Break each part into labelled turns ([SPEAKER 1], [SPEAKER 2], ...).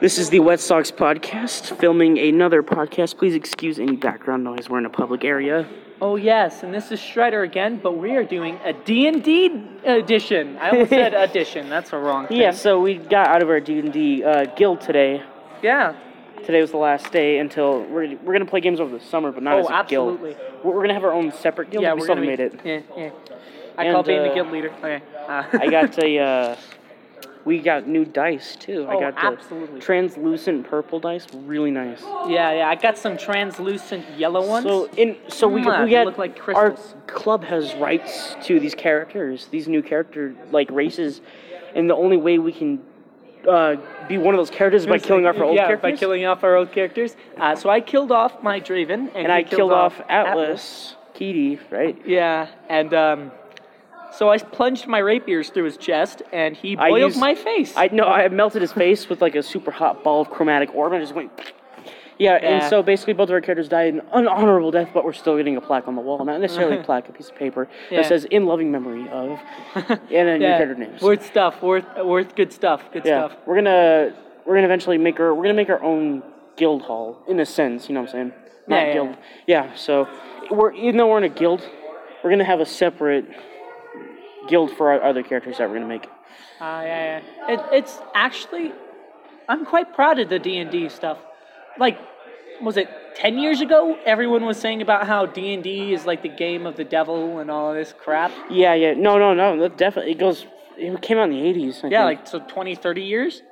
[SPEAKER 1] This is the Wet Sox podcast, filming another podcast. Please excuse any background noise. We're in a public area.
[SPEAKER 2] Oh yes, and this is Shredder again, but we are doing a D&D edition. I almost said edition. That's a wrong thing.
[SPEAKER 1] Yeah, so we got out of our D&D uh, guild today.
[SPEAKER 2] Yeah.
[SPEAKER 1] Today was the last day until we're, we're going to play games over the summer, but not
[SPEAKER 2] Oh,
[SPEAKER 1] as a
[SPEAKER 2] absolutely.
[SPEAKER 1] guild. We're, we're going to have our own separate guild.
[SPEAKER 2] Yeah,
[SPEAKER 1] we
[SPEAKER 2] we're
[SPEAKER 1] still
[SPEAKER 2] gonna
[SPEAKER 1] haven't made
[SPEAKER 2] be-
[SPEAKER 1] it.
[SPEAKER 2] Yeah, yeah. I
[SPEAKER 1] And,
[SPEAKER 2] call being
[SPEAKER 1] uh,
[SPEAKER 2] the guild leader. Okay. Uh,
[SPEAKER 1] I got a. Uh, we got new dice too. I
[SPEAKER 2] Oh,
[SPEAKER 1] got the
[SPEAKER 2] absolutely.
[SPEAKER 1] translucent purple dice, really nice.
[SPEAKER 2] yeah, yeah. I got some translucent yellow ones.
[SPEAKER 1] So in so we
[SPEAKER 2] Mwah,
[SPEAKER 1] we
[SPEAKER 2] they
[SPEAKER 1] got
[SPEAKER 2] look like
[SPEAKER 1] our
[SPEAKER 2] crystals.
[SPEAKER 1] club has rights to these characters, these new character like races, and the only way we can uh, be one of those characters is by killing off our old
[SPEAKER 2] yeah,
[SPEAKER 1] characters.
[SPEAKER 2] by killing off our old characters. Uh, so I killed off my Draven, and,
[SPEAKER 1] and
[SPEAKER 2] he
[SPEAKER 1] I killed off
[SPEAKER 2] Atlas.
[SPEAKER 1] Atlas, Kitty, right?
[SPEAKER 2] Yeah, and um, so I plunged my rapiers through his chest, and he
[SPEAKER 1] I
[SPEAKER 2] boiled
[SPEAKER 1] used-
[SPEAKER 2] my face.
[SPEAKER 1] I no, I melted his face with like a super hot ball of chromatic orb, and I just went. Yeah, and
[SPEAKER 2] Yeah.
[SPEAKER 1] so basically both of our characters died an unhonorable death, but we're still getting a plaque on the wall. Not necessarily a plaque, a piece of paper
[SPEAKER 2] Yeah.
[SPEAKER 1] that says "in loving memory of," and then your character names.
[SPEAKER 2] Worth stuff. Worth worth good stuff. Good
[SPEAKER 1] yeah,
[SPEAKER 2] stuff.
[SPEAKER 1] we're gonna we're gonna eventually make our we're gonna make our own guild hall in a sense. You know what I'm saying? Not
[SPEAKER 2] Yeah, yeah,
[SPEAKER 1] guild. Yeah. So we're even though we're in a guild, we're gonna have a separate guild for our other characters that we're gonna make.
[SPEAKER 2] Ah, yeah, yeah. It, it's actually, I'm quite proud of the D and D stuff. Like, was it ten years ago? Everyone was saying about how D and D is like the game of the devil and all this crap.
[SPEAKER 1] Yeah, yeah. No, no, no. That definitely it goes. It came out in the eighties.
[SPEAKER 2] Yeah, like so 20, 30 years.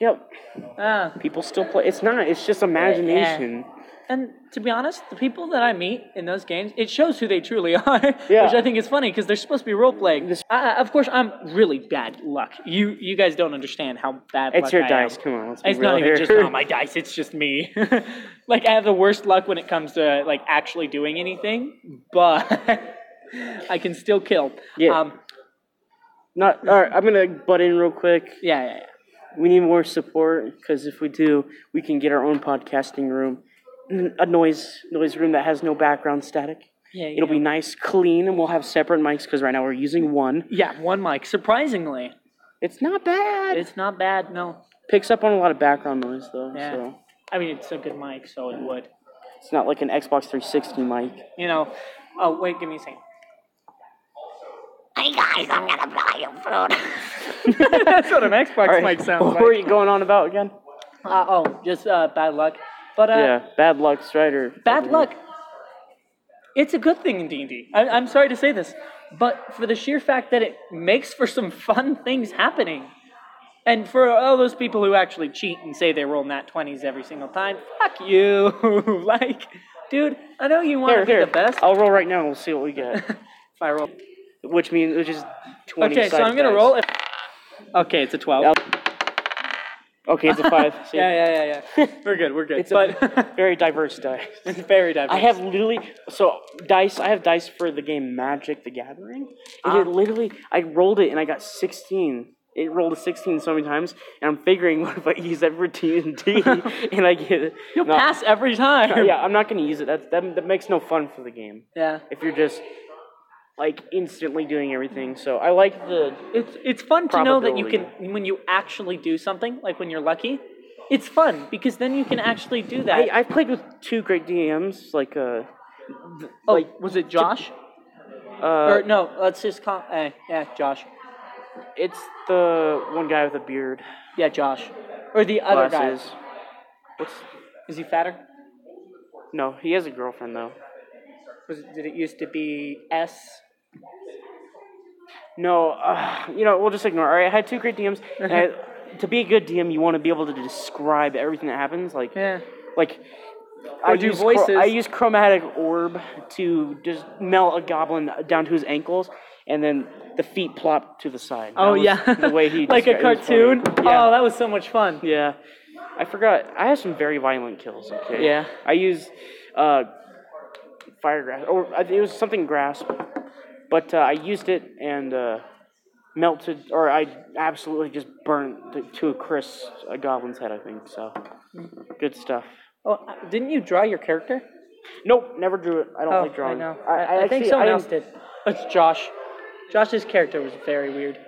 [SPEAKER 1] yep.
[SPEAKER 2] Ah,
[SPEAKER 1] People still play. It's not. It's just imagination.
[SPEAKER 2] and to be honest, the people that I meet in those games, it shows who they truly are,
[SPEAKER 1] Yeah.
[SPEAKER 2] which I think is funny because they're supposed to be role playing.
[SPEAKER 1] This-
[SPEAKER 2] I, I- of course, I'm really bad luck. You you guys don't understand how bad.
[SPEAKER 1] It's
[SPEAKER 2] luck
[SPEAKER 1] your
[SPEAKER 2] I
[SPEAKER 1] dice.
[SPEAKER 2] am.
[SPEAKER 1] Come on. Let's be
[SPEAKER 2] It's
[SPEAKER 1] real
[SPEAKER 2] not
[SPEAKER 1] here.
[SPEAKER 2] even just um, on my dice. It's just me. like I have the worst luck when it comes to like actually doing anything, but I can still kill.
[SPEAKER 1] Yeah.
[SPEAKER 2] Um,
[SPEAKER 1] not. All right. I'm gonna butt in real quick.
[SPEAKER 2] yeah. Yeah. yeah.
[SPEAKER 1] We need more support because if we do, we can get our own podcasting room, N- a noise noise room that has no background static.
[SPEAKER 2] Yeah,
[SPEAKER 1] It'll
[SPEAKER 2] yeah.
[SPEAKER 1] be nice, clean, and we'll have separate mics because right now we're using one.
[SPEAKER 2] Yeah, one mic. Surprisingly,
[SPEAKER 1] It's not bad. It
[SPEAKER 2] it's not bad. No,
[SPEAKER 1] picks up on a lot of background noise though,
[SPEAKER 2] Yeah.
[SPEAKER 1] so
[SPEAKER 2] I mean it's a good mic, so it would.
[SPEAKER 1] it's not like an Xbox 360 mic.
[SPEAKER 2] You know. Oh wait, give me a second.
[SPEAKER 3] Hey guys, I'm gonna buy you food.
[SPEAKER 2] That's what an Xbox
[SPEAKER 1] All right,
[SPEAKER 2] mic sounds
[SPEAKER 1] What were
[SPEAKER 2] like.
[SPEAKER 1] you going on about again?
[SPEAKER 2] Uh, oh, just uh, bad luck. But uh,
[SPEAKER 1] yeah, bad luck, Strider.
[SPEAKER 2] bad luck it's a good thing in d&d I, i'm sorry to say this but for the sheer fact that it makes for some fun things happening and for all those people who actually cheat and say they roll nat 20s every single time fuck you like dude i know you want
[SPEAKER 1] Here,
[SPEAKER 2] to be
[SPEAKER 1] here.
[SPEAKER 2] the best
[SPEAKER 1] I'll roll right now and we'll see what we get.
[SPEAKER 2] if i roll
[SPEAKER 1] Which means which is twenty.
[SPEAKER 2] okay so
[SPEAKER 1] sided
[SPEAKER 2] i'm gonna
[SPEAKER 1] dice.
[SPEAKER 2] roll it okay it's a 12
[SPEAKER 1] Yep. Okay, it's a five. See?
[SPEAKER 2] yeah yeah yeah yeah we're good we're good
[SPEAKER 1] It's
[SPEAKER 2] but
[SPEAKER 1] a very diverse die.
[SPEAKER 2] it's very diverse
[SPEAKER 1] I have literally so dice. I have dice for the game Magic: The Gathering, and it
[SPEAKER 2] Ah.
[SPEAKER 1] literally I rolled it and I got sixteen. It rolled a sixteen so many times, and I'm figuring what if I use that for T and D, and I get it.
[SPEAKER 2] you'll
[SPEAKER 1] No. uh,
[SPEAKER 2] pass every time
[SPEAKER 1] Yeah, I'm not gonna use it. That, that that makes no fun for the game
[SPEAKER 2] yeah
[SPEAKER 1] if you're just like instantly doing everything. So I like the
[SPEAKER 2] It's it's fun to know that you
[SPEAKER 1] Probability.
[SPEAKER 2] can when you actually do something like when you're lucky. It's fun because then you can actually do that.
[SPEAKER 1] I, I've played with two great DMs, like uh,
[SPEAKER 2] oh,
[SPEAKER 1] like-
[SPEAKER 2] was it Josh?
[SPEAKER 1] uh
[SPEAKER 2] or no, let's just call. Uh, yeah, Josh.
[SPEAKER 1] it's the one guy with a beard,
[SPEAKER 2] Yeah, Josh. Or the other guy.
[SPEAKER 1] glasses. What's
[SPEAKER 2] Is he fatter?
[SPEAKER 1] no? He has a girlfriend though.
[SPEAKER 2] Was it, did it used to be S?
[SPEAKER 1] No, uh, you know we'll just ignore. All right, I had two great DMs. and I, to be a good DM, you want to be able to describe everything that happens. Like,
[SPEAKER 2] Yeah.
[SPEAKER 1] like I
[SPEAKER 2] do
[SPEAKER 1] use chro-
[SPEAKER 2] voices.
[SPEAKER 1] I use chromatic orb to just melt a goblin down to his ankles, and then the feet plop to the side. That
[SPEAKER 2] Oh
[SPEAKER 1] was
[SPEAKER 2] yeah.
[SPEAKER 1] the way he
[SPEAKER 2] like a
[SPEAKER 1] described it. It
[SPEAKER 2] cartoon.
[SPEAKER 1] was funny. Yeah.
[SPEAKER 2] Oh, that was so much fun.
[SPEAKER 1] Yeah, I forgot. I have some very violent kills. Okay.
[SPEAKER 2] Yeah.
[SPEAKER 1] I use uh, fire grasp, or I think it was something grasp, but uh, I used it and uh, melted, or I absolutely just burnt the, to a crisp a goblin's head. I think so.
[SPEAKER 2] Mm-hmm.
[SPEAKER 1] Good stuff.
[SPEAKER 2] Oh, uh, didn't you draw your character?
[SPEAKER 1] Nope, never drew it. I don't
[SPEAKER 2] Oh,
[SPEAKER 1] like drawing.
[SPEAKER 2] I know.
[SPEAKER 1] I, I
[SPEAKER 2] think
[SPEAKER 1] actually-
[SPEAKER 2] someone
[SPEAKER 1] I
[SPEAKER 2] else did. It's Josh. Josh's character was very weird.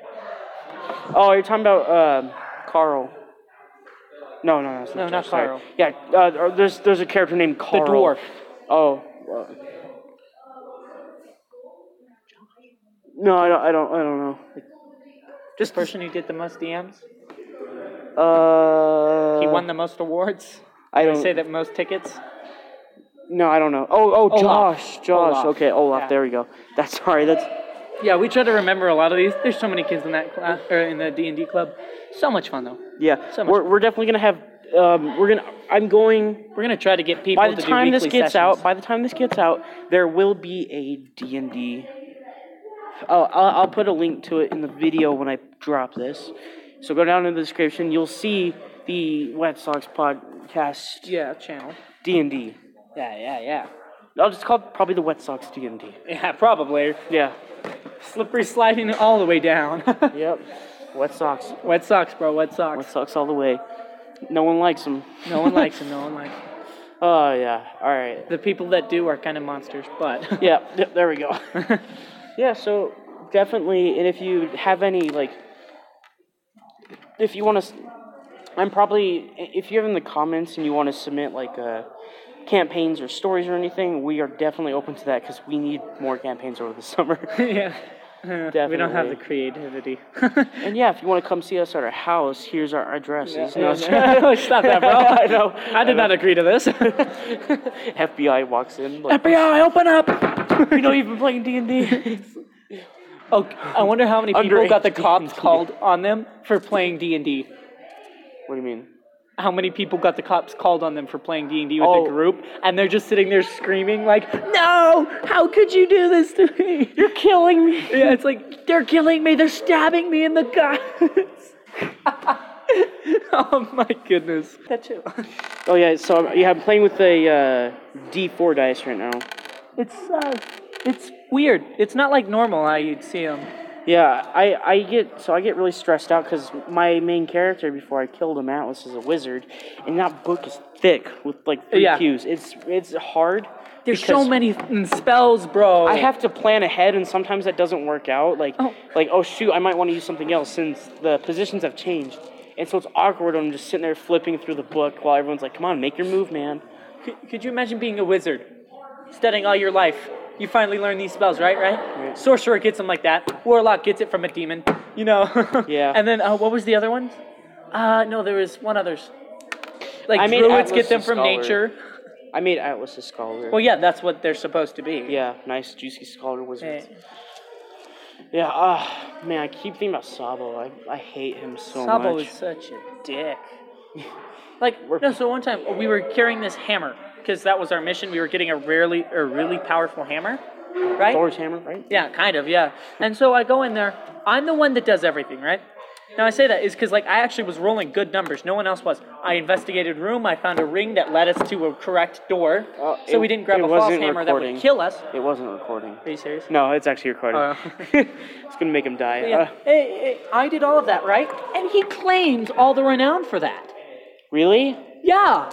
[SPEAKER 1] Oh, you're talking about um Carl. No, no, no. It's not
[SPEAKER 2] No, not
[SPEAKER 1] sorry.
[SPEAKER 2] Carl.
[SPEAKER 1] Yeah, uh, or there's there's a character named Carl.
[SPEAKER 2] dwarf.
[SPEAKER 1] Oh. uh, no, I don't. I don't. I don't know.
[SPEAKER 2] Just person who did the most DMs.
[SPEAKER 1] Uh.
[SPEAKER 2] He won the most awards.
[SPEAKER 1] I
[SPEAKER 2] They
[SPEAKER 1] don't-
[SPEAKER 2] say that most tickets.
[SPEAKER 1] No, I don't know. Oh, oh,
[SPEAKER 2] Olaf.
[SPEAKER 1] Josh, Josh.
[SPEAKER 2] Olaf.
[SPEAKER 1] Okay, Olaf.
[SPEAKER 2] Yeah.
[SPEAKER 1] There we go. That's sorry. That's
[SPEAKER 2] Yeah, we try to remember a lot of these. There's so many kids in that class or in the D and D club. So much fun though.
[SPEAKER 1] yeah.
[SPEAKER 2] So much-
[SPEAKER 1] we're we're definitely gonna have. Um, we're gonna. I'm going.
[SPEAKER 2] We're gonna try to get people
[SPEAKER 1] By the
[SPEAKER 2] to do
[SPEAKER 1] time this
[SPEAKER 2] weekly
[SPEAKER 1] gets
[SPEAKER 2] sessions.
[SPEAKER 1] out, by the time this gets out, there will be a D and D. Oh, I'll, I'll put a link to it in the video when I drop this. So go down in the description. You'll see the Wet Sox podcast
[SPEAKER 2] yeah, channel.
[SPEAKER 1] D and D.
[SPEAKER 2] Yeah, yeah, yeah.
[SPEAKER 1] I'll just call it probably the Wet Sox D and D.
[SPEAKER 2] Yeah, probably.
[SPEAKER 1] Yeah.
[SPEAKER 2] Slippery sliding all the way down.
[SPEAKER 1] Yep. Wet Sox.
[SPEAKER 2] Wet socks, bro. Wet socks.
[SPEAKER 1] Wet Sox all the way. No one likes them.
[SPEAKER 2] No one likes him. No one likes him.
[SPEAKER 1] Oh yeah. All right.
[SPEAKER 2] The people that do are kind of monsters, but
[SPEAKER 1] Yeah. th- There we go. yeah. So definitely, and if you have any like, if you want to, I'm probably if you're in the comments and you want to submit like uh, campaigns or stories or anything, we are definitely open to that because we need more campaigns over the summer.
[SPEAKER 2] yeah. We don't have
[SPEAKER 1] Definitely.
[SPEAKER 2] the creativity.
[SPEAKER 1] and yeah, if you want to come see us at our house, here's our addresses. No,
[SPEAKER 2] Stop that, bro.
[SPEAKER 1] I know.
[SPEAKER 2] I did not agree to this.
[SPEAKER 1] FBI walks in. Like,
[SPEAKER 2] FBI, open up!
[SPEAKER 1] we don't even playing D and D.
[SPEAKER 2] Oh, I wonder how many people
[SPEAKER 1] Underage
[SPEAKER 2] got the cops
[SPEAKER 1] D&D.
[SPEAKER 2] called on them for playing D and D.
[SPEAKER 1] What do you mean?
[SPEAKER 2] How many people got the cops called on them for playing D and D with
[SPEAKER 1] Oh.
[SPEAKER 2] the group, and they're just sitting there screaming like, "No! How could you do this to me? You're killing me!" Yeah, it's like they're killing me. They're stabbing me in the guts. oh my goodness. That too.
[SPEAKER 1] Oh yeah, so I'm, yeah, I'm playing with a uh, D4 dice right now.
[SPEAKER 2] It's uh, it's weird. It's not like normal how you'd see them.
[SPEAKER 1] Yeah, I, I get so I get really stressed out because my main character before I killed him Atlas is a wizard, and that book is thick with like three
[SPEAKER 2] Yeah.
[SPEAKER 1] Qs. It's it's hard.
[SPEAKER 2] There's
[SPEAKER 1] because
[SPEAKER 2] so many mm, spells, bro.
[SPEAKER 1] I have to plan ahead, and sometimes that doesn't work out. Like
[SPEAKER 2] Oh.
[SPEAKER 1] like oh shoot, I might want to use something else since the positions have changed, and so it's awkward. when I'm just sitting there flipping through the book while everyone's like, "Come on, make your move, man."
[SPEAKER 2] Could, could you imagine being a wizard, studying all your life? You finally learn these spells, right? Right. Sorcerer gets them like that. Warlock gets it from a demon. You know.
[SPEAKER 1] Yeah.
[SPEAKER 2] And then uh, what was the other one? Uh, no, there was one others. Like
[SPEAKER 1] I made
[SPEAKER 2] druids
[SPEAKER 1] Atlas
[SPEAKER 2] get them
[SPEAKER 1] a
[SPEAKER 2] from
[SPEAKER 1] scholar.
[SPEAKER 2] nature.
[SPEAKER 1] I made Atlas a scholar.
[SPEAKER 2] Well, yeah, that's what they're supposed to be.
[SPEAKER 1] yeah, nice juicy scholar wizards.
[SPEAKER 2] Eh,
[SPEAKER 1] Yeah, ah, man, I keep thinking about Sabo. I, I hate him so
[SPEAKER 2] Sabo
[SPEAKER 1] much.
[SPEAKER 2] is such a dick. Like no, so one time we were carrying this hammer because that was our mission. We were getting a really a really powerful hammer, right?
[SPEAKER 1] Thor's hammer, right?
[SPEAKER 2] Yeah, kind of, yeah. And so I go in there. I'm the one that does everything, right? Now I say that is because like I actually was rolling good numbers. No one else was. I investigated room. I found a ring that led us to a correct door,
[SPEAKER 1] Uh,
[SPEAKER 2] so
[SPEAKER 1] it-
[SPEAKER 2] we didn't grab
[SPEAKER 1] it
[SPEAKER 2] a false
[SPEAKER 1] wasn't
[SPEAKER 2] hammer that
[SPEAKER 1] recording.
[SPEAKER 2] would kill us.
[SPEAKER 1] It wasn't recording.
[SPEAKER 2] Are you serious?
[SPEAKER 1] No, it's actually recording.
[SPEAKER 2] Oh.
[SPEAKER 1] it's gonna make him die.
[SPEAKER 2] Yeah.
[SPEAKER 1] Uh,
[SPEAKER 2] Hey, hey, I did all of that, right? And he claims all the renown for that.
[SPEAKER 1] really?
[SPEAKER 2] Yeah.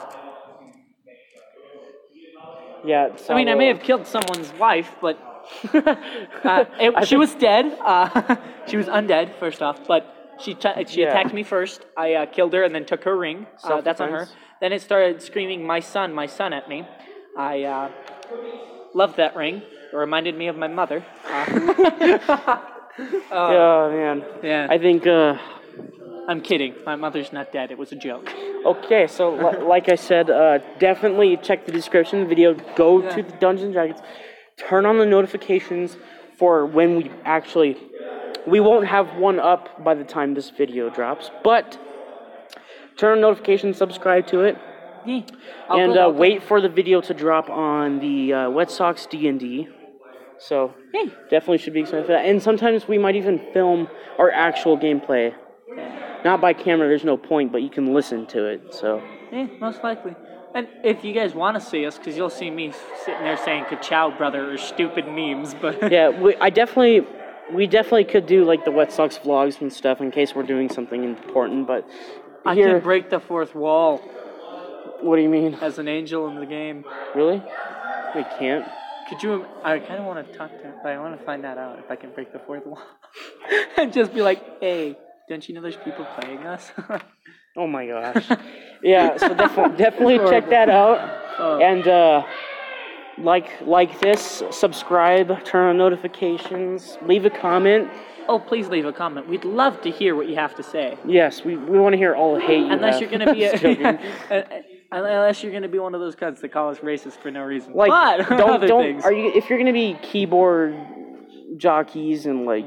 [SPEAKER 1] Yeah.
[SPEAKER 2] I mean, I may have killed someone's wife, but uh, it- she was dead. Uh, she was undead, first off, but she t- she
[SPEAKER 1] Yeah.
[SPEAKER 2] attacked me first. I uh, killed her and then took her ring. Uh, that's on her.
[SPEAKER 1] Self-defense.
[SPEAKER 2] Then it started screaming, "My son, my son!" at me. I uh, loved that ring. It reminded me of my mother. uh,
[SPEAKER 1] Oh man.
[SPEAKER 2] Yeah.
[SPEAKER 1] I think. Uh,
[SPEAKER 2] I'm kidding. My mother's not dead. It was a joke.
[SPEAKER 1] okay, so li- like I said, uh, definitely check the description of the video. Go to the Dungeons and Dragons. Turn on the notifications for when we actually. We won't have one up by the time this video drops, but turn on notifications, subscribe to it.
[SPEAKER 2] Yeah.
[SPEAKER 1] and uh, wait for the video to drop on the uh, Wet Sox D and D. So
[SPEAKER 2] Hey.
[SPEAKER 1] definitely should be excited for that. And sometimes we might even film our actual gameplay, not by camera. There's no point, but you can listen to it. So
[SPEAKER 2] Yeah, most likely. And if you guys want to see us, because you'll see me sitting there saying "Kachow, brother" or stupid memes, but
[SPEAKER 1] yeah, we, I definitely. We definitely could do like the Wet Sox vlogs and stuff in case we're doing something important, but
[SPEAKER 2] I
[SPEAKER 1] here,
[SPEAKER 2] can break the fourth wall
[SPEAKER 1] what do you mean?
[SPEAKER 2] as an angel in the game.
[SPEAKER 1] Really? We can't.
[SPEAKER 2] Could you? I kind of want to talk to. But I want to find that out if I can break the fourth wall, and just be like, "Hey, don't you know there's people playing us?"
[SPEAKER 1] Oh my gosh. Yeah, so definitely, definitely check that out.
[SPEAKER 2] Oh.
[SPEAKER 1] And uh, like like this, subscribe, turn on notifications, leave a comment.
[SPEAKER 2] Oh, please leave a comment. We'd love to hear what you have to say.
[SPEAKER 1] Yes, we, we want to hear all the hate you
[SPEAKER 2] Unless
[SPEAKER 1] have.
[SPEAKER 2] you're gonna be a,
[SPEAKER 1] Just joking.
[SPEAKER 2] unless you're gonna be one of those cuts that call us racist for no reason.
[SPEAKER 1] like
[SPEAKER 2] but
[SPEAKER 1] don't
[SPEAKER 2] other
[SPEAKER 1] don't
[SPEAKER 2] things.
[SPEAKER 1] are you if you're gonna be keyboard jockeys and like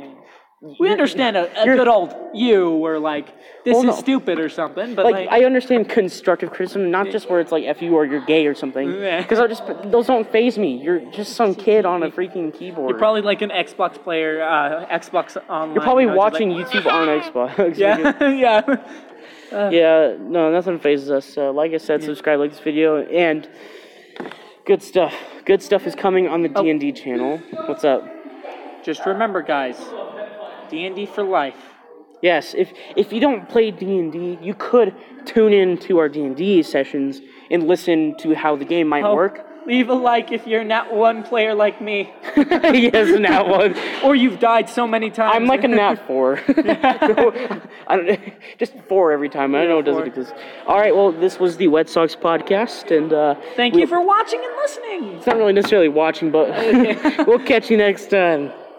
[SPEAKER 2] we understand a, a
[SPEAKER 1] you're-
[SPEAKER 2] good old you were like this
[SPEAKER 1] Well,
[SPEAKER 2] is
[SPEAKER 1] no.
[SPEAKER 2] stupid or something, but
[SPEAKER 1] like
[SPEAKER 2] like,
[SPEAKER 1] I understand constructive criticism, not just where it's like "f you" or "you're gay" or something.
[SPEAKER 2] Yeah.
[SPEAKER 1] Because I just those don't phase me. You're just some kid on a freaking keyboard.
[SPEAKER 2] probably like an Xbox player, uh, Xbox online.
[SPEAKER 1] You're probably
[SPEAKER 2] you know, just
[SPEAKER 1] watching
[SPEAKER 2] like-
[SPEAKER 1] YouTube on Xbox.
[SPEAKER 2] Yeah, yeah.
[SPEAKER 1] yeah. No, nothing phases us. So, like I said, subscribe, like this video, and good stuff. Good stuff is coming on the
[SPEAKER 2] Oh.
[SPEAKER 1] D and D channel. What's up?
[SPEAKER 2] Just remember, guys, D and D for life.
[SPEAKER 1] Yes, if if you don't play D and D, you could tune in to our D and D sessions and listen to how the game might
[SPEAKER 2] Oh,
[SPEAKER 1] work.
[SPEAKER 2] Leave a like if you're not one player like me,
[SPEAKER 1] yes, and that one.
[SPEAKER 2] or you've died so many times.
[SPEAKER 1] I'm like a nat four. So, I don't, just four every time. I don't know what doesn't
[SPEAKER 2] four.
[SPEAKER 1] exist. All right, well, this was the Wet Sox podcast, and uh,
[SPEAKER 2] Thank
[SPEAKER 1] we-
[SPEAKER 2] you for watching and listening.
[SPEAKER 1] It's not really necessarily watching, but we'll catch you next time.